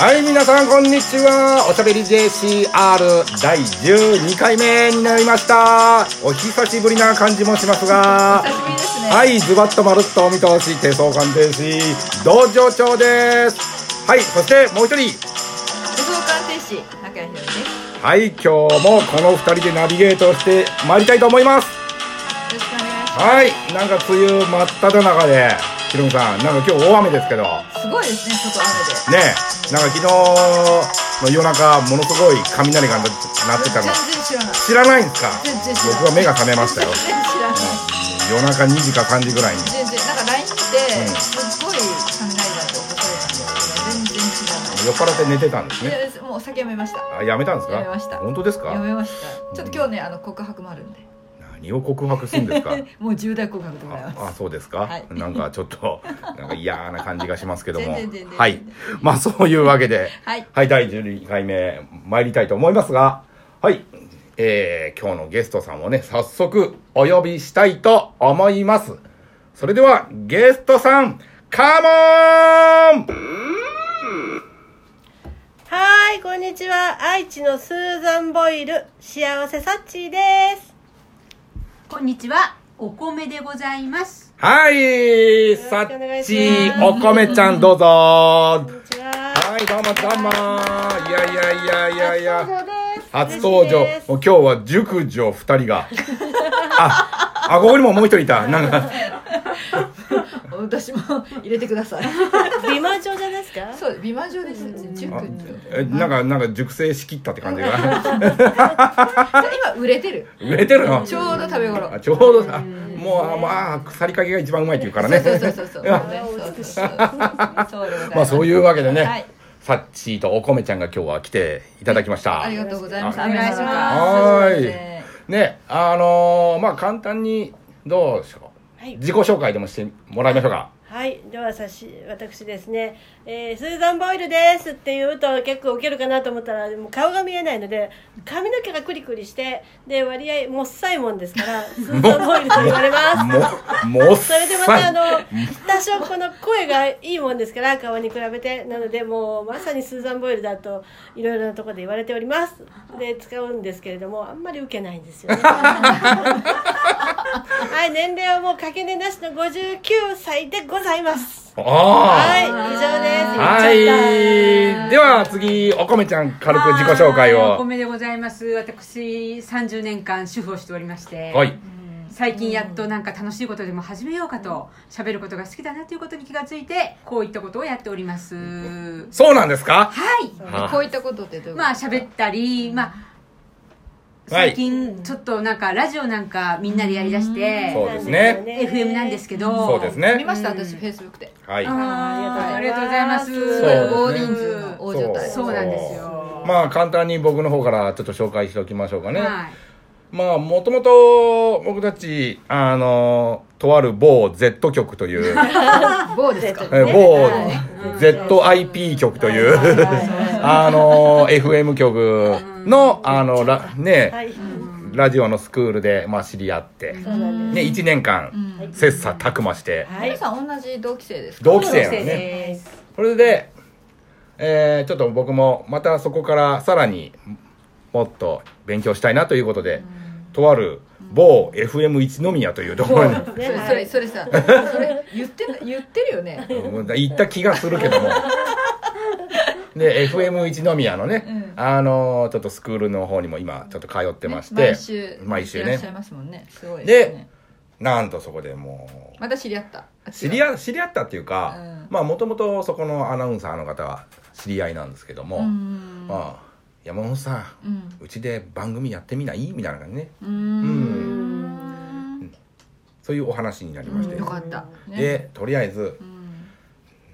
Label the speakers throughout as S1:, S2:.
S1: はい、皆さん、こんにちは。おしゃべり JCR 第12回目になりました。お久しぶりな感じもしますが、
S2: 久しぶりですね。
S1: はい、ズバッとまるっとお見通し、低相関定士、道場長です。はい、そしてもう一人、
S2: 武道館天使中谷ひろみです。よ
S1: はい、今日もこの二人でナビゲートしてまいりたいと思います。
S2: ろしくお願いしま
S1: はい、なんか梅雨真っ只中で、ひろみさん、なんか今日大雨ですけど、ね
S2: す。すごいですね、外雨
S1: え、なんか昨日の夜中、ものすごい雷が鳴ってた
S2: で。
S1: の。
S2: 全然知らない。
S1: 知らないんですか
S2: 全然知らない。
S1: 僕は目が覚めましたよ。
S2: 全然知らない。
S1: 夜中2時か3時ぐらいに。
S2: 全然、なんか LINE 見て、すっごい雷だって起こされたんですけど、全然知
S1: 酔っ
S2: ら
S1: 払って寝てたんですね。
S2: ない。いや、もう酒やめました。
S1: あ、やめたんですか
S2: やめました
S1: 本当ですか
S2: やめました。ちょっと今日ね、あの告白もあるんで。
S1: 何を告白するん ですか
S2: もう重大告白でございます。
S1: ああそうですか、
S2: はい
S1: なんかちょっとなんか嫌な感じがしますけども
S2: 全然全然
S1: はいまあそういうわけで
S2: はい。
S1: はい第12回目参りたいと思いますがはいえー、今日のゲストさんをね早速お呼びしたいと思いますそれではゲストさんカモン
S3: はーい、こんにちは。愛知のスーザン・ボイル、幸せサッチーです。
S4: こんにちは、お米でございます。
S1: はい、
S3: しくお
S1: さっ
S3: 願い
S1: ち
S3: し
S1: ー、
S3: ま
S1: お
S3: す
S1: 米ちゃんどうぞ。は
S3: こんにちは。
S1: い、どうもどうも。いやいやいやいやいや。初
S3: 初
S1: 登
S3: 登
S1: 場
S3: 場。
S1: もう今日は熟女二人が。あ、あ、ここにももう一人いた。なんか、
S2: 私も入れてください。
S3: 美魔女じゃないですか
S2: そう、美魔女です。塾に。
S1: えなんか、なんか熟成しきったって感じが。
S2: 今売れてる。
S1: 売れてるの
S2: ちょうど食べ頃
S1: あ。ちょうどさ、もう、あまあ、腐りかけが一番うまいって言うからね。
S2: そうそうそうそう。
S1: いや
S2: そうそうそうそうでございます
S1: まあそういうわけでね、
S2: はい
S1: さっちーとお米ちゃんが今日は来ていただきました。
S2: ありがとうございます。
S4: お願いします
S1: は
S2: す
S1: ーい
S2: ません
S1: ねあのーまあ簡単にどうでしょう、
S3: はい
S1: 自己紹介でもしてもらいましょうか
S3: はい、ではさし私ですね、えースーザン・ボイルですって言うと結構ウケるかなと思ったらもう顔が見えないので髪の毛がクリクリしてで割合もっさいもんですからスーザン・ボイルと言われます
S1: ももっ
S3: それでまた
S1: さ
S3: あ
S1: い
S3: の多少この声がいいもんですから顔に比べてなのでもうまさにスーザン・ボイルだといろいろなところで言われておりますで使うんですけれどもあんまり受けないんで すよねはい年齢はもう掛け値なしの59歳でございますは
S1: あ
S3: い以上です
S1: あはいでは次お米ちゃん軽く自己紹介
S4: はいお
S1: を
S4: 米でございます。私、30年間主婦をしておりまして、
S1: はい
S4: 最近やっとなんか楽しいことでも始めようかと、喋ることが好きだなということに気がついて、こういったことをやっております。は
S1: そうなんですか
S4: い。
S1: あ
S2: こういったことってどういうこと
S4: まあ、喋ったり、まあ、
S1: はい
S4: 最近ちょっとなんかラジオなんかみんなでやりだして、
S1: そうですね
S3: ね
S4: FM なんですけど、
S1: そうです
S2: 見
S1: ね
S2: ました私フェイスブックで
S1: はい
S4: あーありがとうございます。
S2: す
S1: そ
S2: ご
S1: う
S2: い
S1: ですね
S2: 大人数の大所帯
S4: そうなんですよ。
S1: まあ簡単に僕の方からちょっと紹介しておきましょうかね、
S4: はい。
S1: まあもともと僕たちあのとある某 Z 局という
S2: 某ですか
S1: えー某 ZIP 局という、あのー FM 局の、あの、ラ、
S3: は
S1: ね、
S3: い
S1: ラジオのスクールで、まあ、知り合って、
S3: そうなん
S1: ね、
S3: です
S1: 1年間、
S2: うん
S1: 切磋琢磨して、
S3: はい
S2: 皆さん同じ同期生ですか
S1: 同期生なのね。
S4: です。
S1: それで、えーちょっと僕も、またそこからさらにもっと勉強したいなということで、とある某 FM 一宮というところに、
S2: それ
S3: はい
S2: それそれさそれ言ってな言ってるよね
S1: うん行った気がするけどもで FM 一宮のね、
S2: うん
S1: あのーちょっとスクールの方にも今ちょっと通ってまして、
S2: 毎週
S1: 毎週
S2: いらっしゃい
S1: ね
S2: ますもんねすごいですね
S1: なんとそこでも
S2: また知り合った
S1: う知り合知り合ったっていうか、
S2: うん
S1: まあもともとそこのアナウンサーの方は知り合いなんですけども、
S2: うん
S1: まあ山本さん
S2: うん
S1: うちで番組やってみないみたいな感じね
S2: う
S1: うん
S2: ん
S1: そういうお話になりまして、
S2: よかったね
S1: でとりあえず
S2: うん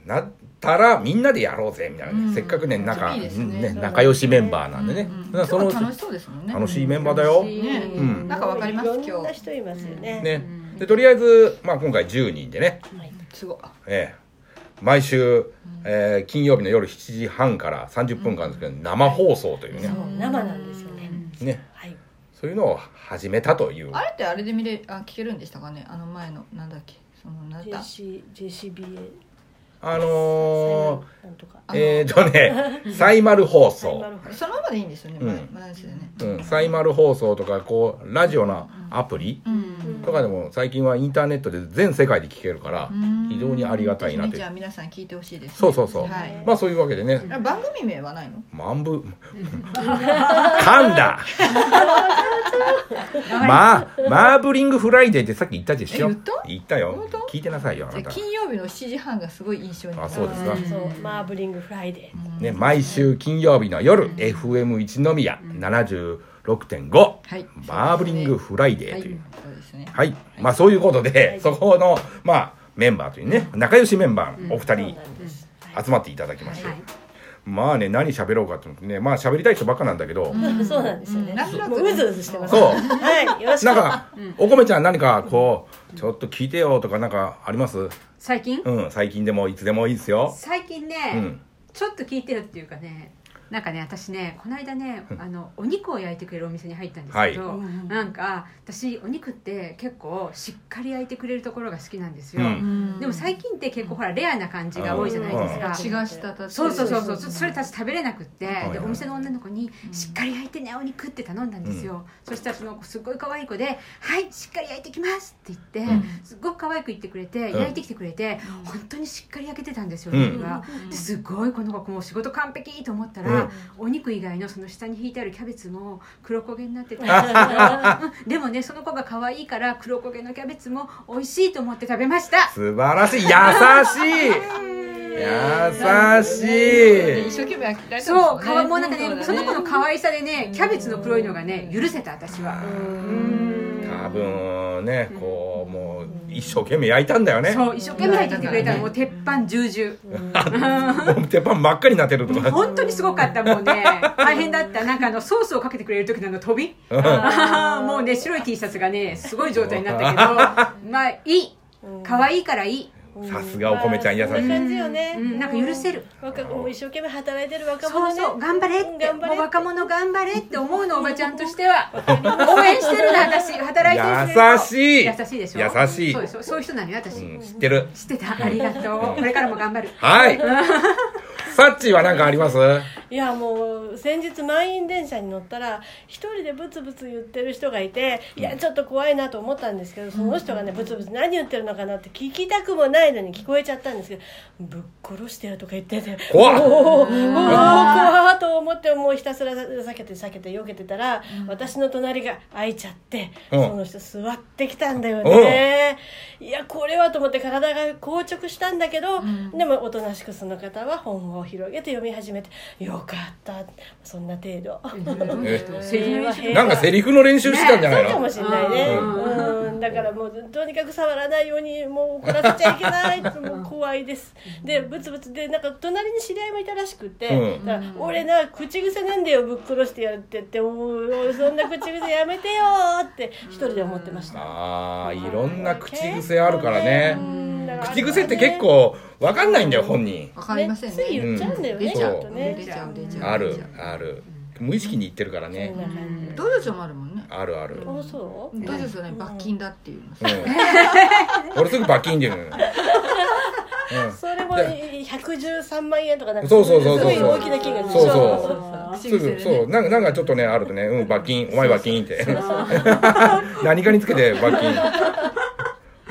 S1: なったらみんなでやろうぜみたいなね、
S2: うん
S1: せっかくね仲
S2: いいですね
S1: ね仲良しメンバーなんでね、
S2: うん
S1: だから
S2: 楽しそうですもんね
S1: 楽しいメンバーだよ。
S2: ね
S1: うん
S2: なんかわかります今日
S3: いろんな人いますよね
S1: ね
S4: ん。
S1: で、とりあえず、まあ今回10人でね、
S2: すごい
S1: ええ、毎週、えー金曜日の夜7時半から30分間ですけど、生放送というね、
S3: そう生なんですよね
S1: ね、
S3: はい
S1: そういうのを始めたという。
S2: あれってあれで見れあ聞けるんでしたかねあの前のなんだっけそのなんだ
S3: JC JCBA
S1: あの
S3: なんとか
S1: ー、えっ、ー、とね、サイマル放送。
S5: そのままでいいんですよね。
S1: うん
S5: まだですよね。
S1: うん、サイマル放送とか、こう、ラジオのアプリ
S5: うん。
S1: とかでも、最近はインターネットで全世界で聞けるから、
S5: うん
S1: 非常にありがたいなとい
S5: じゃあ
S1: う。
S5: 皆さん聞いてほしいです、ね。
S1: そうそうそう
S5: はい。
S1: まあそういうわけでね、
S5: あ番組名はないの？
S1: まんぶ、噛んだ
S4: あ
S1: まあ、マーブリングフライデーってさっき言ったでしょ
S5: え言った
S1: 言ったよ
S5: 本当。
S1: 聞いてなさいよ、あ
S5: じ
S1: な
S5: ゃあ
S1: た。
S5: 金曜日の7時半がすごい印象に残る。
S1: あそうですか
S3: うんそうマーブリングフライデー
S1: ね、毎週金曜日の夜、FM 一宮76.5、
S5: はい。
S1: マーブリングフライデ
S5: は
S1: ー
S5: い。
S1: と
S5: そ
S1: いう。
S5: うですね。
S1: はい。まあそういうことで、
S3: い
S1: そこの、まあ、メンバーというね、仲良しメンバー、お二人
S3: そうなんです
S1: 集まっていただきまして、
S4: はい
S1: まあね、何喋ろうかっていうのね、まあ喋りたい人ばっかなんだけど、
S3: はいそうなんですよ
S5: うん
S3: ね
S5: なんとなく
S3: もううずうずしてます
S1: そう
S3: はいよろしく
S1: なんか、お米ちゃん何かこう、ちょっと聞いてよとかなんかあります
S4: 最近
S1: うん、最近でもいつでもいいですよ。
S4: 最近ね、
S1: うん
S4: ちょっと聞いてるっていうかねなんかね私ねこの間ねあのお肉を焼いてくれるお店に入ったんですけど、
S5: はいうん
S4: なんか私お肉って結構しっかり焼いてくれるところが好きなんですよ、
S1: う
S5: うん
S4: でも最近って結構ほらレアな感じが多いじゃないですか、
S3: うん
S5: 血がしたた
S4: そうそうそうそうちょっとそれたち食べれなくって、
S1: いはい
S4: でお店の女の子に「しっかり焼いてねお肉」って頼んだんですよ、そしたらその子すごい可愛い子で「はいしっかり焼いてきます」って言って、すっごく可愛く言ってくれて、
S1: うん
S4: 焼いてきてくれて本当にしっかり焼けてたんですよ
S1: うん
S4: 肉が、ですごいこの子もう仕事完璧と思ったら、
S1: うん
S4: お肉以外のその下に引いてあるキャベツも黒焦げになって た んですけど、うんでもねその子が可愛いから黒焦げのキャベツも美味しいと思って食べました
S1: 素晴らしい優しい優し
S5: 一生懸命焼きたい
S4: そう、かわもうなんかね、その子の
S5: 皮
S4: 可愛さでね、キャベツの黒いのがね、許せた、私は。
S1: い多分ねこうもう一生懸命焼いたんだよね
S4: そう、一生懸命入ってきてくれたの、もう鉄板重々。
S1: もう鉄板真っ赤になってるとか
S4: 本当にすごかった、もう ね、大変だった、なんかあのソースをかけてくれる時のあの飛び。あー もうね、白い T シャツがね、すごい状態になったけど、まあ、いい。可愛いからいい。
S1: さすがお米ちゃん優し
S3: そんない感じよね
S4: うんなんか許せる
S3: 若もう一生懸命働いてる若
S4: そ
S3: 者
S4: う
S3: ね
S4: そう、頑張れって、
S3: 頑張
S4: も
S3: れ
S4: う若者頑張れって思うの、おばちゃんとしては。応援してるな、私、働いてる
S1: 優しい
S4: 優しいでしょ
S1: 優しい
S4: そうでしょそういう人なのよ、私。
S1: うん知ってる
S4: 知ってたありがとうこれからも頑張る
S1: はいサッチーは何かあります
S3: いやもう先日満員電車に乗ったら一人でブツブツ言ってる人がいていやちょっと怖いなと思ったんですけどその人がねブツブツ何言ってるのかなって聞きたくもないのに聞こえちゃったんですけどぶっ殺してるとか言ってて
S1: 怖っ
S3: おーおー怖っと思ってもうひたすら避けて避けて避けてたら私の隣が開いちゃって
S1: うん
S3: その人座ってきたんだよねいやこれはと思って体が硬直したんだけどでもおとなしくその方は本を広げて読み始めてよかったそんな程度
S4: 政治の
S1: なんかセリフの練習してたんじゃない
S3: そうかも
S1: の
S3: しれないね
S4: う
S3: うんだからもうとにかく触らないようにもう怒らせちゃいけないってもう怖いですでブツブツでなんか隣に知り合いもいたらしくて、
S1: うん
S3: だから俺な口癖なんだよぶっ殺してやるってっておうおうそんな口癖やめてよーって一人で思ってました
S1: ああいろんな口癖あるからね
S3: うんだから
S1: 口癖って結構わかんないんだよ本人
S5: わかりませんね
S3: ねつい言っちゃうんだよね
S5: 出ち
S1: そ
S5: ゃ
S1: う
S5: う出ちゃう出ちゃう
S1: あるある無意識に言ってるから
S3: そ
S1: ね
S3: んな感
S5: ドジョジョもあるもんね
S1: あるある
S3: じあそう
S5: ドジョジョね罰金だっていうの
S1: うん、俺すぐ罰金出るのよ、
S3: それも113万円とかなんか
S1: そうそうそうそう
S3: すごい大きな金額でしょ
S1: そうそううん、
S5: 口
S1: すぐ
S5: 癖で
S1: そ
S5: ね
S1: うなんかなんかちょっとねあるとね「うん罰金お前罰金」って何かにつけて罰金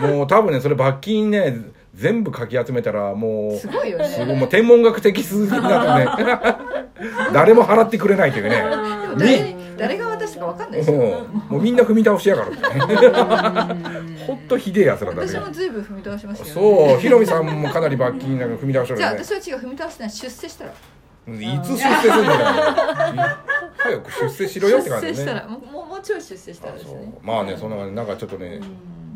S1: もう多分ねそれ罰金ね全部かき集めたらもう
S5: す
S1: す
S5: ごいよね
S1: ごいもう天文学的数字になって ね誰も払ってくれないというね
S5: でも
S1: に
S5: 誰誰が私かわかんないですよ
S1: もうもうみんな踏み倒しやがるねほんとひでえやつらだね
S5: 私もずいぶん踏み倒しましたよね
S1: そうひろみさんもかなり罰金なんか踏み倒しとる
S5: じゃあ
S1: よね
S5: 私は違う踏み倒してない出世したら
S1: いつ出世するんだよ。早く出世しろよっ
S5: 出
S1: て感じね。
S5: 世したらもうもうもうちょい出世したらですね
S1: まあね、そんな感じ、なんかちょっとね、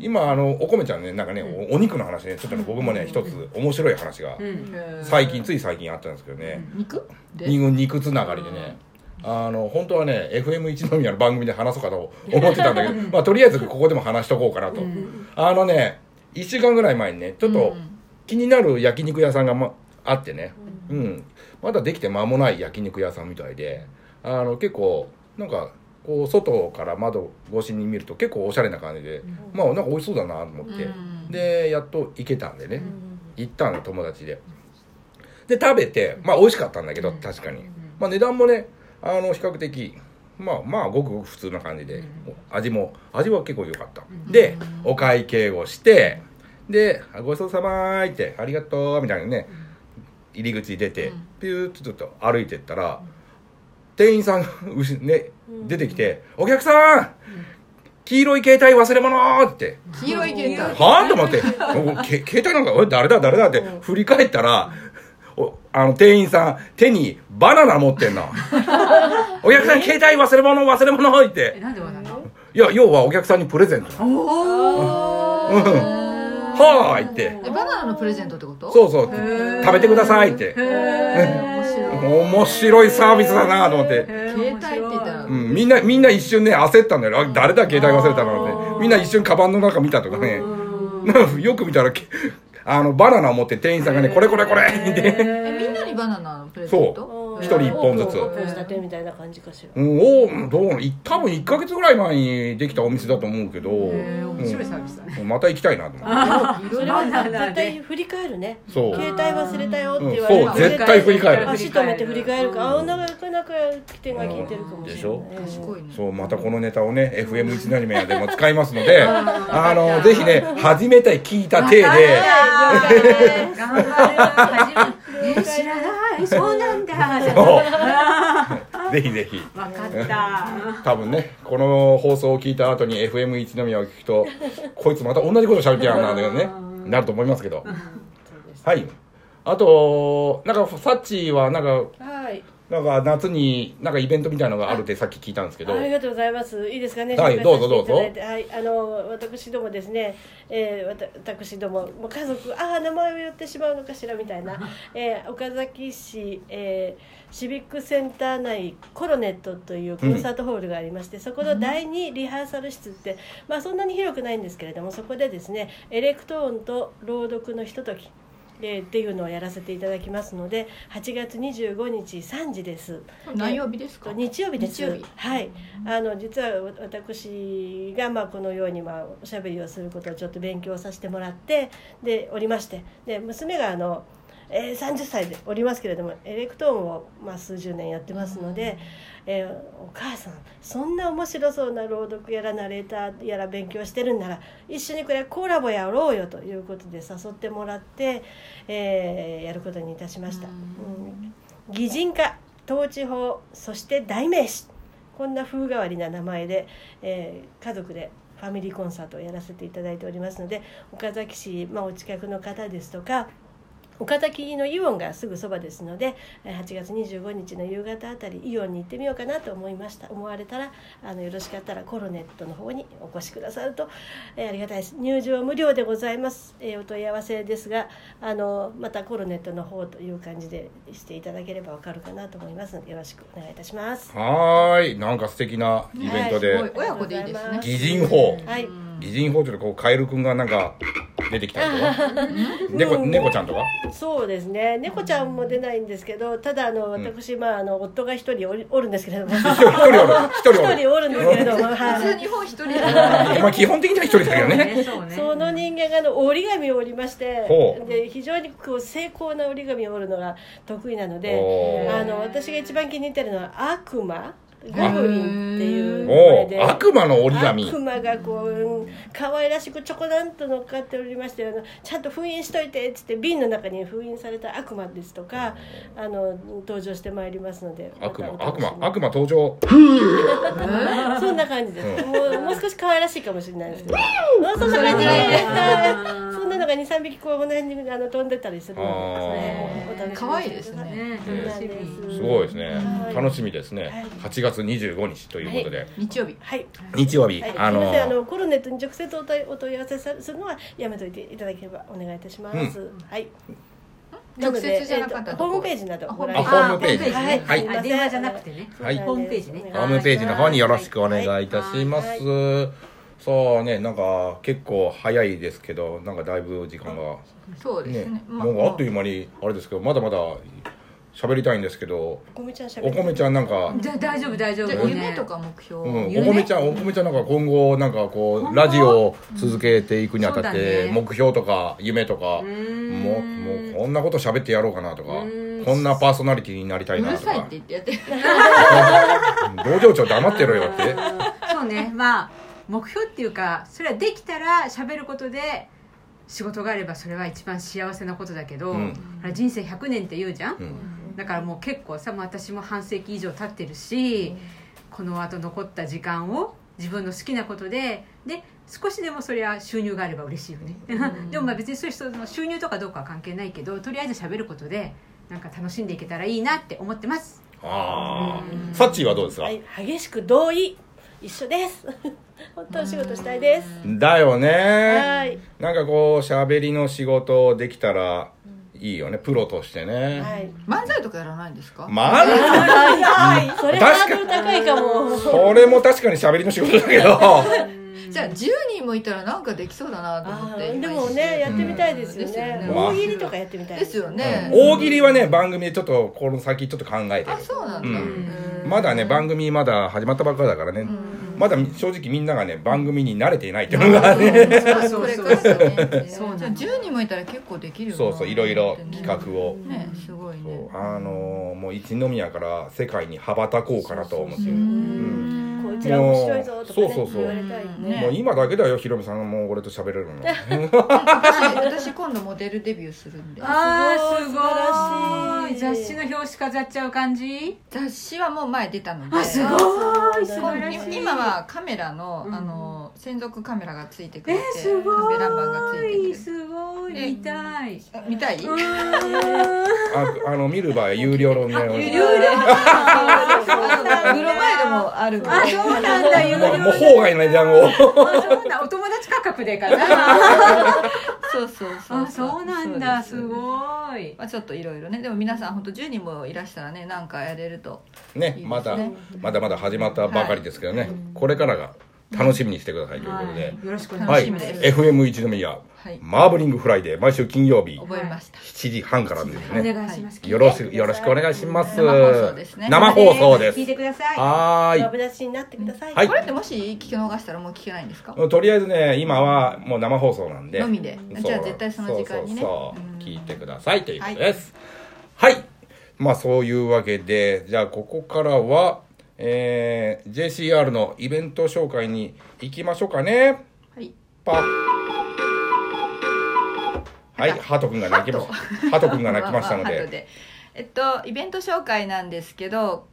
S1: 今あのお米ちゃんね、なんかね、おお肉の話ね、ちょっとね、僕もね、一つ面白い話が。
S4: うん
S5: うん
S1: 最近、つい最近あったんですけどね、
S5: 肉で
S1: 肉肉つながりでね。あの本当はね FM 一宮の番組で話そうかと思ってたんだけど、まあ、とりあえずここでも話しとこうかなと、あのね1週間ぐらい前にねちょっと気になる焼肉屋さんが、ま、あってね、うん、まだできて間もない焼肉屋さんみたいであの結構なんかこう外から窓越しに見ると結構おしゃれな感じで、まあなんか美味しそうだなと思って、
S5: うん
S1: でやっと行けたんでね、行ったの友達でで食べてまあ美味しかったんだけど確かに、まあ、値段もねあの比較的まあまあごくごく普通な感じで味も味は結構良かったでお会計をしてで「あごちそうさまーい」って「ありがとう」みたいなね入り口出てピューッとちょっと歩いてったら店員さんがうしね出てきて「お客さん黄色い携帯忘れ物!」って
S2: 黄色い携帯
S1: はあと思っておけ携帯なんかおい誰だ誰だって振り返ったらおあの店員さん手にバナナ持ってんのお客さん携帯忘れ物忘れ物っ
S4: え
S1: て
S4: なんで笑うの
S1: いや要はお客さんにプレゼントうんはーいって
S2: えバナナのプレゼントってこと
S1: そうそう食べてくださいって
S2: 面白い
S1: 面白いサービスだなと思って、
S2: 携帯って言ったら
S1: うん、みんなみんな一瞬ね焦ったんだよあ誰だ携帯忘れたのってみんな一瞬カバンの中見たとかねよく見たらけあのバナナを持って店員さんがねこれこれこれって
S2: えみんなにバナナのプレゼント
S1: 一人一本ずつ
S3: オープンしたてみたいな感じかしら
S1: うん、おーどうい多分1か月ぐらい前にできたお店だと思うけど、
S4: えー面白いサービスだね
S1: うんまた行きたいなと思って
S3: それは絶対振り返るね
S1: そう
S3: 携帯忘れたよって
S1: うん
S3: 言われ
S1: そ
S3: る
S1: う絶対振り返る
S3: 足止めて振り返るか、あ女がなかなか起点が効いてるかもしれない、
S1: でしょ
S2: 賢いね
S1: そうまたこのネタをね FM1 メアでも使いますの であのぜひね初めて聞いた体で
S4: あー頑張るえ知らないそうなんだ
S1: そうぜひぜひ
S4: 分かった
S1: 多分ねこの放送を聞いた後に FM1 宮を聞くとこいつまた同じこと喋ってやがるなんだよねなると思いますけどはいあとなんかサッチーはなんか
S3: はい
S1: なんか夏になんかイベントみたいなのがあるってさっき聞いたんですけど
S3: ありがとうございます。いいですかね。
S1: はい
S3: 紹介させて
S1: どうぞどうぞ
S3: いただいてはい、あの私どもですね、えーわた私ども、もう家族、ああ名前を言ってしまうのかしらみたいな、 えー岡崎市、えーシビックセンター内コロネットというコンサートホールがありまして、そこの第二リハーサル室って、まあそんなに広くないんですけれども、そこでですね、エレクトーンと朗読のひととき。えーっていうのをやらせていただきますので8月25日3時です。
S2: 何曜日ですか
S3: 日曜日で
S2: 日
S3: す
S2: 曜日
S3: はいあの実はわ私がまあこのようにまあおしゃべりをすることをちょっと勉強させてもらってでおりましてで娘があの、えー30歳でおりますけれどもエレクトーンをまあ数十年やってますので、えーお母さんそんな面白そうな朗読やらナレーターやら勉強してるんなら一緒にこれコラボやろうよということで誘ってもらって、えーやることにいたしました。うん擬人化統治法そして代名詞こんな風変わりな名前で、えー家族でファミリーコンサートをやらせていただいておりますので岡崎市、まあ、お近くの方ですとか岡崎のイオンがすぐそばですのでえー8月25日の夕方あたりイオンに行ってみようかなと思いました思われたらあのよろしかったらコロネットの方にお越しくださると、えーありがたいです入場無料でございます、えーお問い合わせですがあのまたコロネットの方という感じでしていただければわかるかなと思いますのでよろしくお願いいたします
S1: はーいなんか素敵なイベントで、
S2: すごい親子でいいですね
S1: 擬人法
S3: はい
S1: 擬人法というとこうカエルくんがなんか出てきたりとか猫猫ちゃんとか
S3: そうですね猫ちゃんも出ないんですけどただあの私、まあ、あの夫が一人おりおるんですけ れども一
S1: 一人おる一人おる
S3: 人おるんですけれど も、
S2: 普
S3: は
S2: 通
S3: い、
S2: 日本一人で
S1: まあ基本的には一人だけどね
S4: そうね
S3: その人間があの折り紙を折りまして
S1: ほう
S3: で非常にこう精巧な折り紙を折るのが得意なの
S1: お
S3: で
S1: ー
S3: あの私が一番気に入ってるのは悪魔グブリンっていう
S1: お
S3: これ
S1: お
S3: で
S1: 悪魔の折り紙
S3: 悪魔がこううん可愛らしくちょこなんと乗っかっておりましてあのちゃんと封印しといてっつって瓶の中に封印された悪魔ですとかあの登場してまいりますので
S1: 悪魔
S3: またお楽
S1: 悪
S3: しみ
S1: 魔 悪魔登場
S3: そんな感じです、もうもう少し可愛らしいかもしれないですけどあそんな
S2: それ
S3: 感
S2: ぐ
S3: じで
S2: らいで
S3: はいそんなのが23匹こうこの辺にあの飛んでたりするのでその辺もお楽しみにしてくだ
S2: 可
S3: さ
S2: 愛いですね
S4: ね
S3: そうな
S4: 楽
S3: ん
S4: し
S3: で
S4: み
S3: す
S1: すごいですね
S3: はい
S1: 楽しみですね
S3: い
S1: 8月25日ということで
S2: 日曜日
S3: はい
S1: 日曜日
S3: はい、
S1: あ
S3: すみ
S1: の
S3: ませんあのコロネットに直接お問いお問い合わせさするのはやめといていただければお願いいたします、はい
S2: 直接じゃなかった
S3: なのでえー
S2: と
S3: と
S2: こ
S3: ホームページなどご覧
S1: あ
S3: いた
S1: ホ
S3: だ
S1: ームページ
S4: あ
S1: ねはい
S4: あ電話じゃなくてね
S1: はい
S4: ホームページね
S3: お願いし
S1: ホ
S3: ま
S1: ー
S3: す
S1: ムページの方によろしくお願いいたしま
S3: はい
S1: すさあねなんか結構早いですけどなんかだいぶ時間が
S2: そうです
S1: ね
S2: ね
S1: なんかあっという間にあれですけどまだまだ喋りたいんですけど
S3: お米ちゃん喋
S1: お
S3: って
S1: 米ちゃんなんか、
S4: じゃあ大丈夫大丈
S2: じゃ
S4: 夫
S2: あ夢とか目標、
S1: うん、お
S4: 夢
S1: 米ちゃんお米ちゃんなんか今後なんかこうラジオを続けていくにあたっ
S4: そうだ
S1: て
S4: ね
S1: 目標とか夢とか
S4: ーん
S1: もうもうこんなこと喋ってやろうかなとか
S4: ーん
S1: こんなパーソナリティになりたいうな
S2: る
S1: と
S2: さいって
S1: か
S2: 言ってやって
S1: 道場長黙ってろよって
S4: そう ねまあ目標っていうかそれはできたら喋ることで仕事があればそれは一番幸せなことだけど、
S1: うん
S4: ほら人生100年って言うじゃん、
S1: うん
S4: だからもう結構さもう私も半世紀以上経ってるし、この後残った時間を自分の好きなことでで少しでもそりゃ収入があれば嬉しいよね、 でもまあ別にそういう人の収入とかどうかは関係ないけどとりあえず喋ることでなんか楽しんでいけたらいいなって思ってます
S1: ああサッチーはどうですか、
S3: はい、激しく同意一緒です本当お仕事したいです
S1: だよ
S3: は
S1: ね
S3: い
S1: なんかこう喋りの仕事できたらいいよねプロとしてね、
S3: はい
S2: 漫才とかやらないんですか、
S1: まあ
S3: はい それハ
S1: 確
S3: ードル高いかも
S1: それも確かに喋りの仕事だけど
S2: じゃあ10人もいたらなんかできそうだなと思っ
S3: あー
S2: て
S3: でもねやってみたいですよね
S1: うん
S3: 大喜利とかやってみたい
S2: ですよね、
S1: 大喜利はね番組でちょっとこの先ちょっと考えて
S2: あ
S1: る
S2: そうなんだ、
S1: うん
S2: うん
S1: まだね番組まだ始まったばっかりだからね、まだ正直みんながね番組に慣れていないっていうのがね、
S4: そう
S2: こ
S4: そう
S2: れ
S4: そ
S2: か
S4: う
S2: らだね
S4: そうなの
S2: じゃあ10人もいたら結構できるよな
S1: そうそういろいろ企画を、
S2: ねすごいね
S1: そうあのーもう一宮から世界に羽ばたこうかなと思ってる
S3: うんこちら面白いぞとか
S1: そうそう
S3: ね
S1: そう
S3: 言われたいね
S1: もう今だけだよヒロミさんがもう俺と喋れるの
S2: 私私今度モデルデビューするんで
S4: あーすご
S3: 素
S4: い
S3: 晴らしい
S4: 雑誌の表紙飾っちゃう感じ
S2: 雑誌はもう前出たので
S4: ご
S3: い
S4: 素
S3: 素
S4: 晴
S3: 晴
S4: ら
S3: ら
S4: し
S3: し
S4: い
S3: い
S2: 今はカメラの,、
S4: うん
S2: あの専属カメラがついてくれて、
S4: えすごい
S2: カメラマンがついてく
S4: すごい見たい
S2: れて見たい、
S4: う
S1: ああの見る場合有料の見合いを
S4: 有
S1: ね
S4: 料
S2: あのブロマイドもあるから
S4: あそうなんだ有料
S1: もうもう法外な値段を
S4: あそう だお友達価格でかな
S2: そうそうそう
S4: あそうなんだす
S2: い
S4: ごい
S2: まあ、ちょっといろいろねでも皆さん本当10人もいらしたらねなんかやれると
S1: ねまだ
S2: いいですね
S1: まだまだ始まったばかりですけどね、これからが楽しみにしてくださいということで、
S4: はいよろしくお
S2: は
S4: 願
S1: はいい、
S4: し
S2: 楽し
S4: ま
S2: みですす
S1: FM 一宮、
S2: はい
S1: マーブリングフライデー毎週金曜日
S2: 覚えました、
S1: 7時半からです
S4: お
S1: ね
S4: 願いします
S1: よろしくよろしくお願いします
S2: 生放送ですね
S1: 生放送です
S4: 聞いてください
S1: は
S3: マ
S1: ー
S3: ブダチになってください
S1: はい
S2: これってもし聞き逃したらもう聞けないんですか
S1: いとりあえずね今はもう生放送なんで
S2: のみで
S1: そう
S2: じゃあ絶対その時間にね
S1: そうそうそう
S2: うん
S1: 聞いてくださいということですはい、まあそういうわけでじゃあここからはえー、JCR のイベント紹介に行きましょうかね
S2: はい
S1: パはいハト君が泣きましたハト君が泣き ましたの
S2: まあまあ
S1: で
S2: 後えっとイベント紹介なんですけど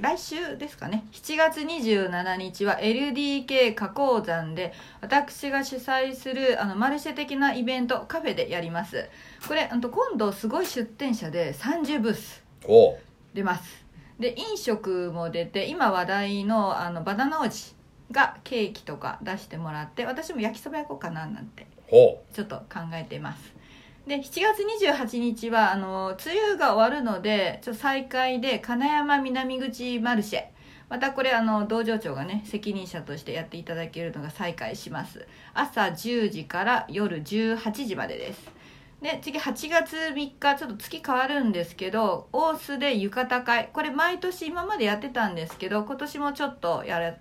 S2: 来週ですかね7月27日は LDK 花崗山で私が主催するあのマルシェ的なイベントカフェでやりますこれあの今度すごい出店者で30ブース
S1: おう
S2: 出ますで飲食も出て今話題のあのバナナ王子がケーキとか出してもらって私も焼きそば焼こうかななんて
S1: ほ
S2: ちょっと考えていますで7月28日はあの梅雨が終わるのでちょっと再開で金山南口マルシェまたこれあの道場長がね責任者としてやっていただけるのが再開します朝10時から夜18時までですで次8月3日ちょっと月変わるんですけど大須で浴衣会これ毎年今までやってたんですけど今年もちょっとや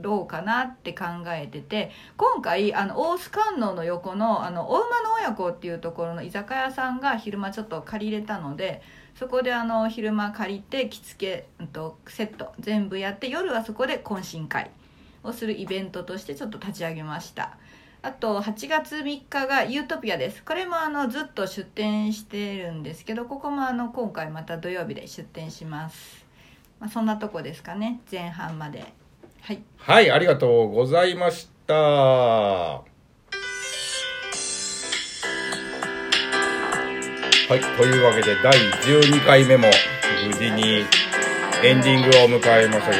S2: ろうかなって考えてて今回あの大須観音の横のあのお馬の親子っていうところの居酒屋さんが昼間ちょっと借りれたのでそこであの昼間借りて着付けうんとセット全部やって夜はそこで懇親会をするイベントとしてちょっと立ち上げましたあと8月3日がユートピアですこれもあのずっと出店してるんですけどここもあの今回また土曜日で出店します、まあ、そんなとこですかね前半まではい、
S1: はいありがとうございましたはい、というわけで第12回目も無事にエンディングを迎えましたけ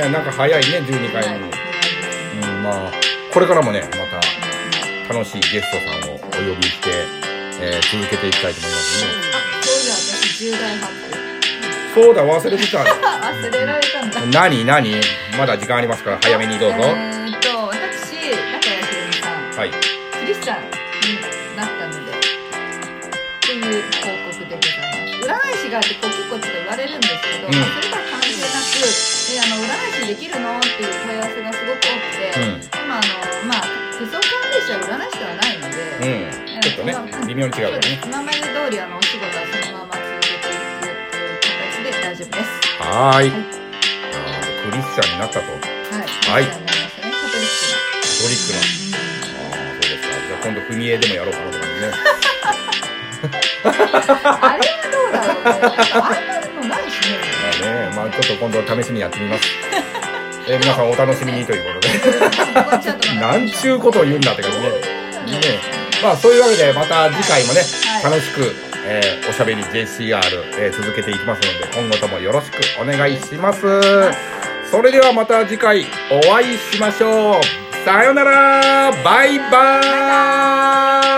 S1: ど、ね、なんか早いね、12回目も。うん、まあ、これからもね、また楽しいゲストさんをお呼びして、えー続けていきたいと思いますね。
S2: そういや私重大発表
S1: そうだ、忘れてた。
S2: あ忘れられたんだ
S1: 何何まだ時間ありますから、早めにどうぞ。
S2: えーっと私中谷ひろみさん
S1: はい。
S2: クリスチャンになったのでっていう報告でございます占い師があってこう結構ちょっと言われるんですけど、
S1: うん
S2: まあそれとは関係なく「えあの占い師できるの?」っていう問い合わせがすごく多くて、
S1: うん
S2: 今あのまあ手相鑑定士は占い師ではないので。
S1: うんちょっとね微妙に違うからね
S2: 今まで通りあのお仕事はそのまま続けていくっていう形で大丈夫です。
S1: はーい
S2: はい
S1: あークリスチャンになったとトリックは
S2: はいい。お世話になりましたね。カ
S1: な
S2: トリッ
S1: ああーそうですかじゃあ今度踏絵でもやろうかなと思ってね
S2: クな。あれはどうだろうね。あんなのないしね。
S1: まあねまあちょっと今度試しにやってみますえー皆さんお楽しみにということでなんちゅうことを言うんだって感じね。ねまあそういうわけでまた次回もね、
S2: はい
S1: 楽しく、えーおしゃべり JCR、えー続けていきますので今後ともよろしくお願いします。それではまた次回お会いしましょう。さようならバイバーイ